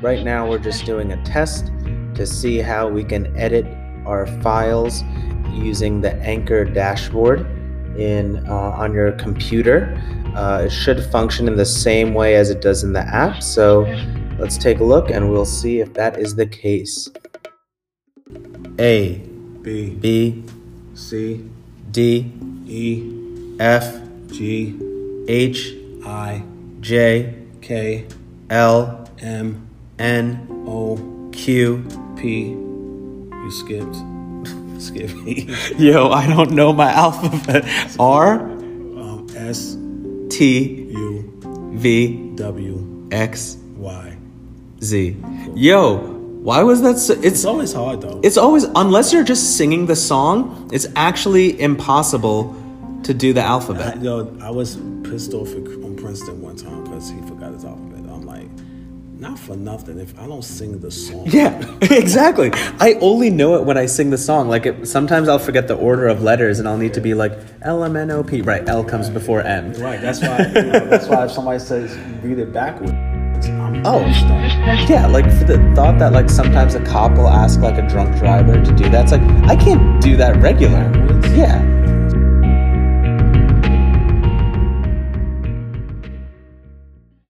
Right now, we're just doing a test to see how we can edit our files using the Anchor dashboard in uh, on your computer. Uh, it should function in the same way as it does in the app. So let's take a look, and we'll see if that is the case. A B B C D E F G H I J K L M N O Q. P. You skipped. Skip E. Yo, I don't know my alphabet. R Um, S T U V W X Y. Z. Yo, why was that? So, it's It's always hard though. it's always unless you're just singing the song, it's actually impossible to do the I, alphabet. yo, I was pissed off at, on Princeton one time because he forgot his alphabet. I'm like, not for nothing. If I don't sing the song, Yeah, exactly. I only know it when I sing the song. Like it, sometimes I'll forget the order of letters, and I'll need to be like L M N O P. Right, L comes before M. Right. That's why. you know, that's why if somebody says read it backwards, I'm Oh. pissed off. Yeah, like for the thought that like sometimes a cop will ask like a drunk driver to do that. It's like I can't do that regular. Yeah.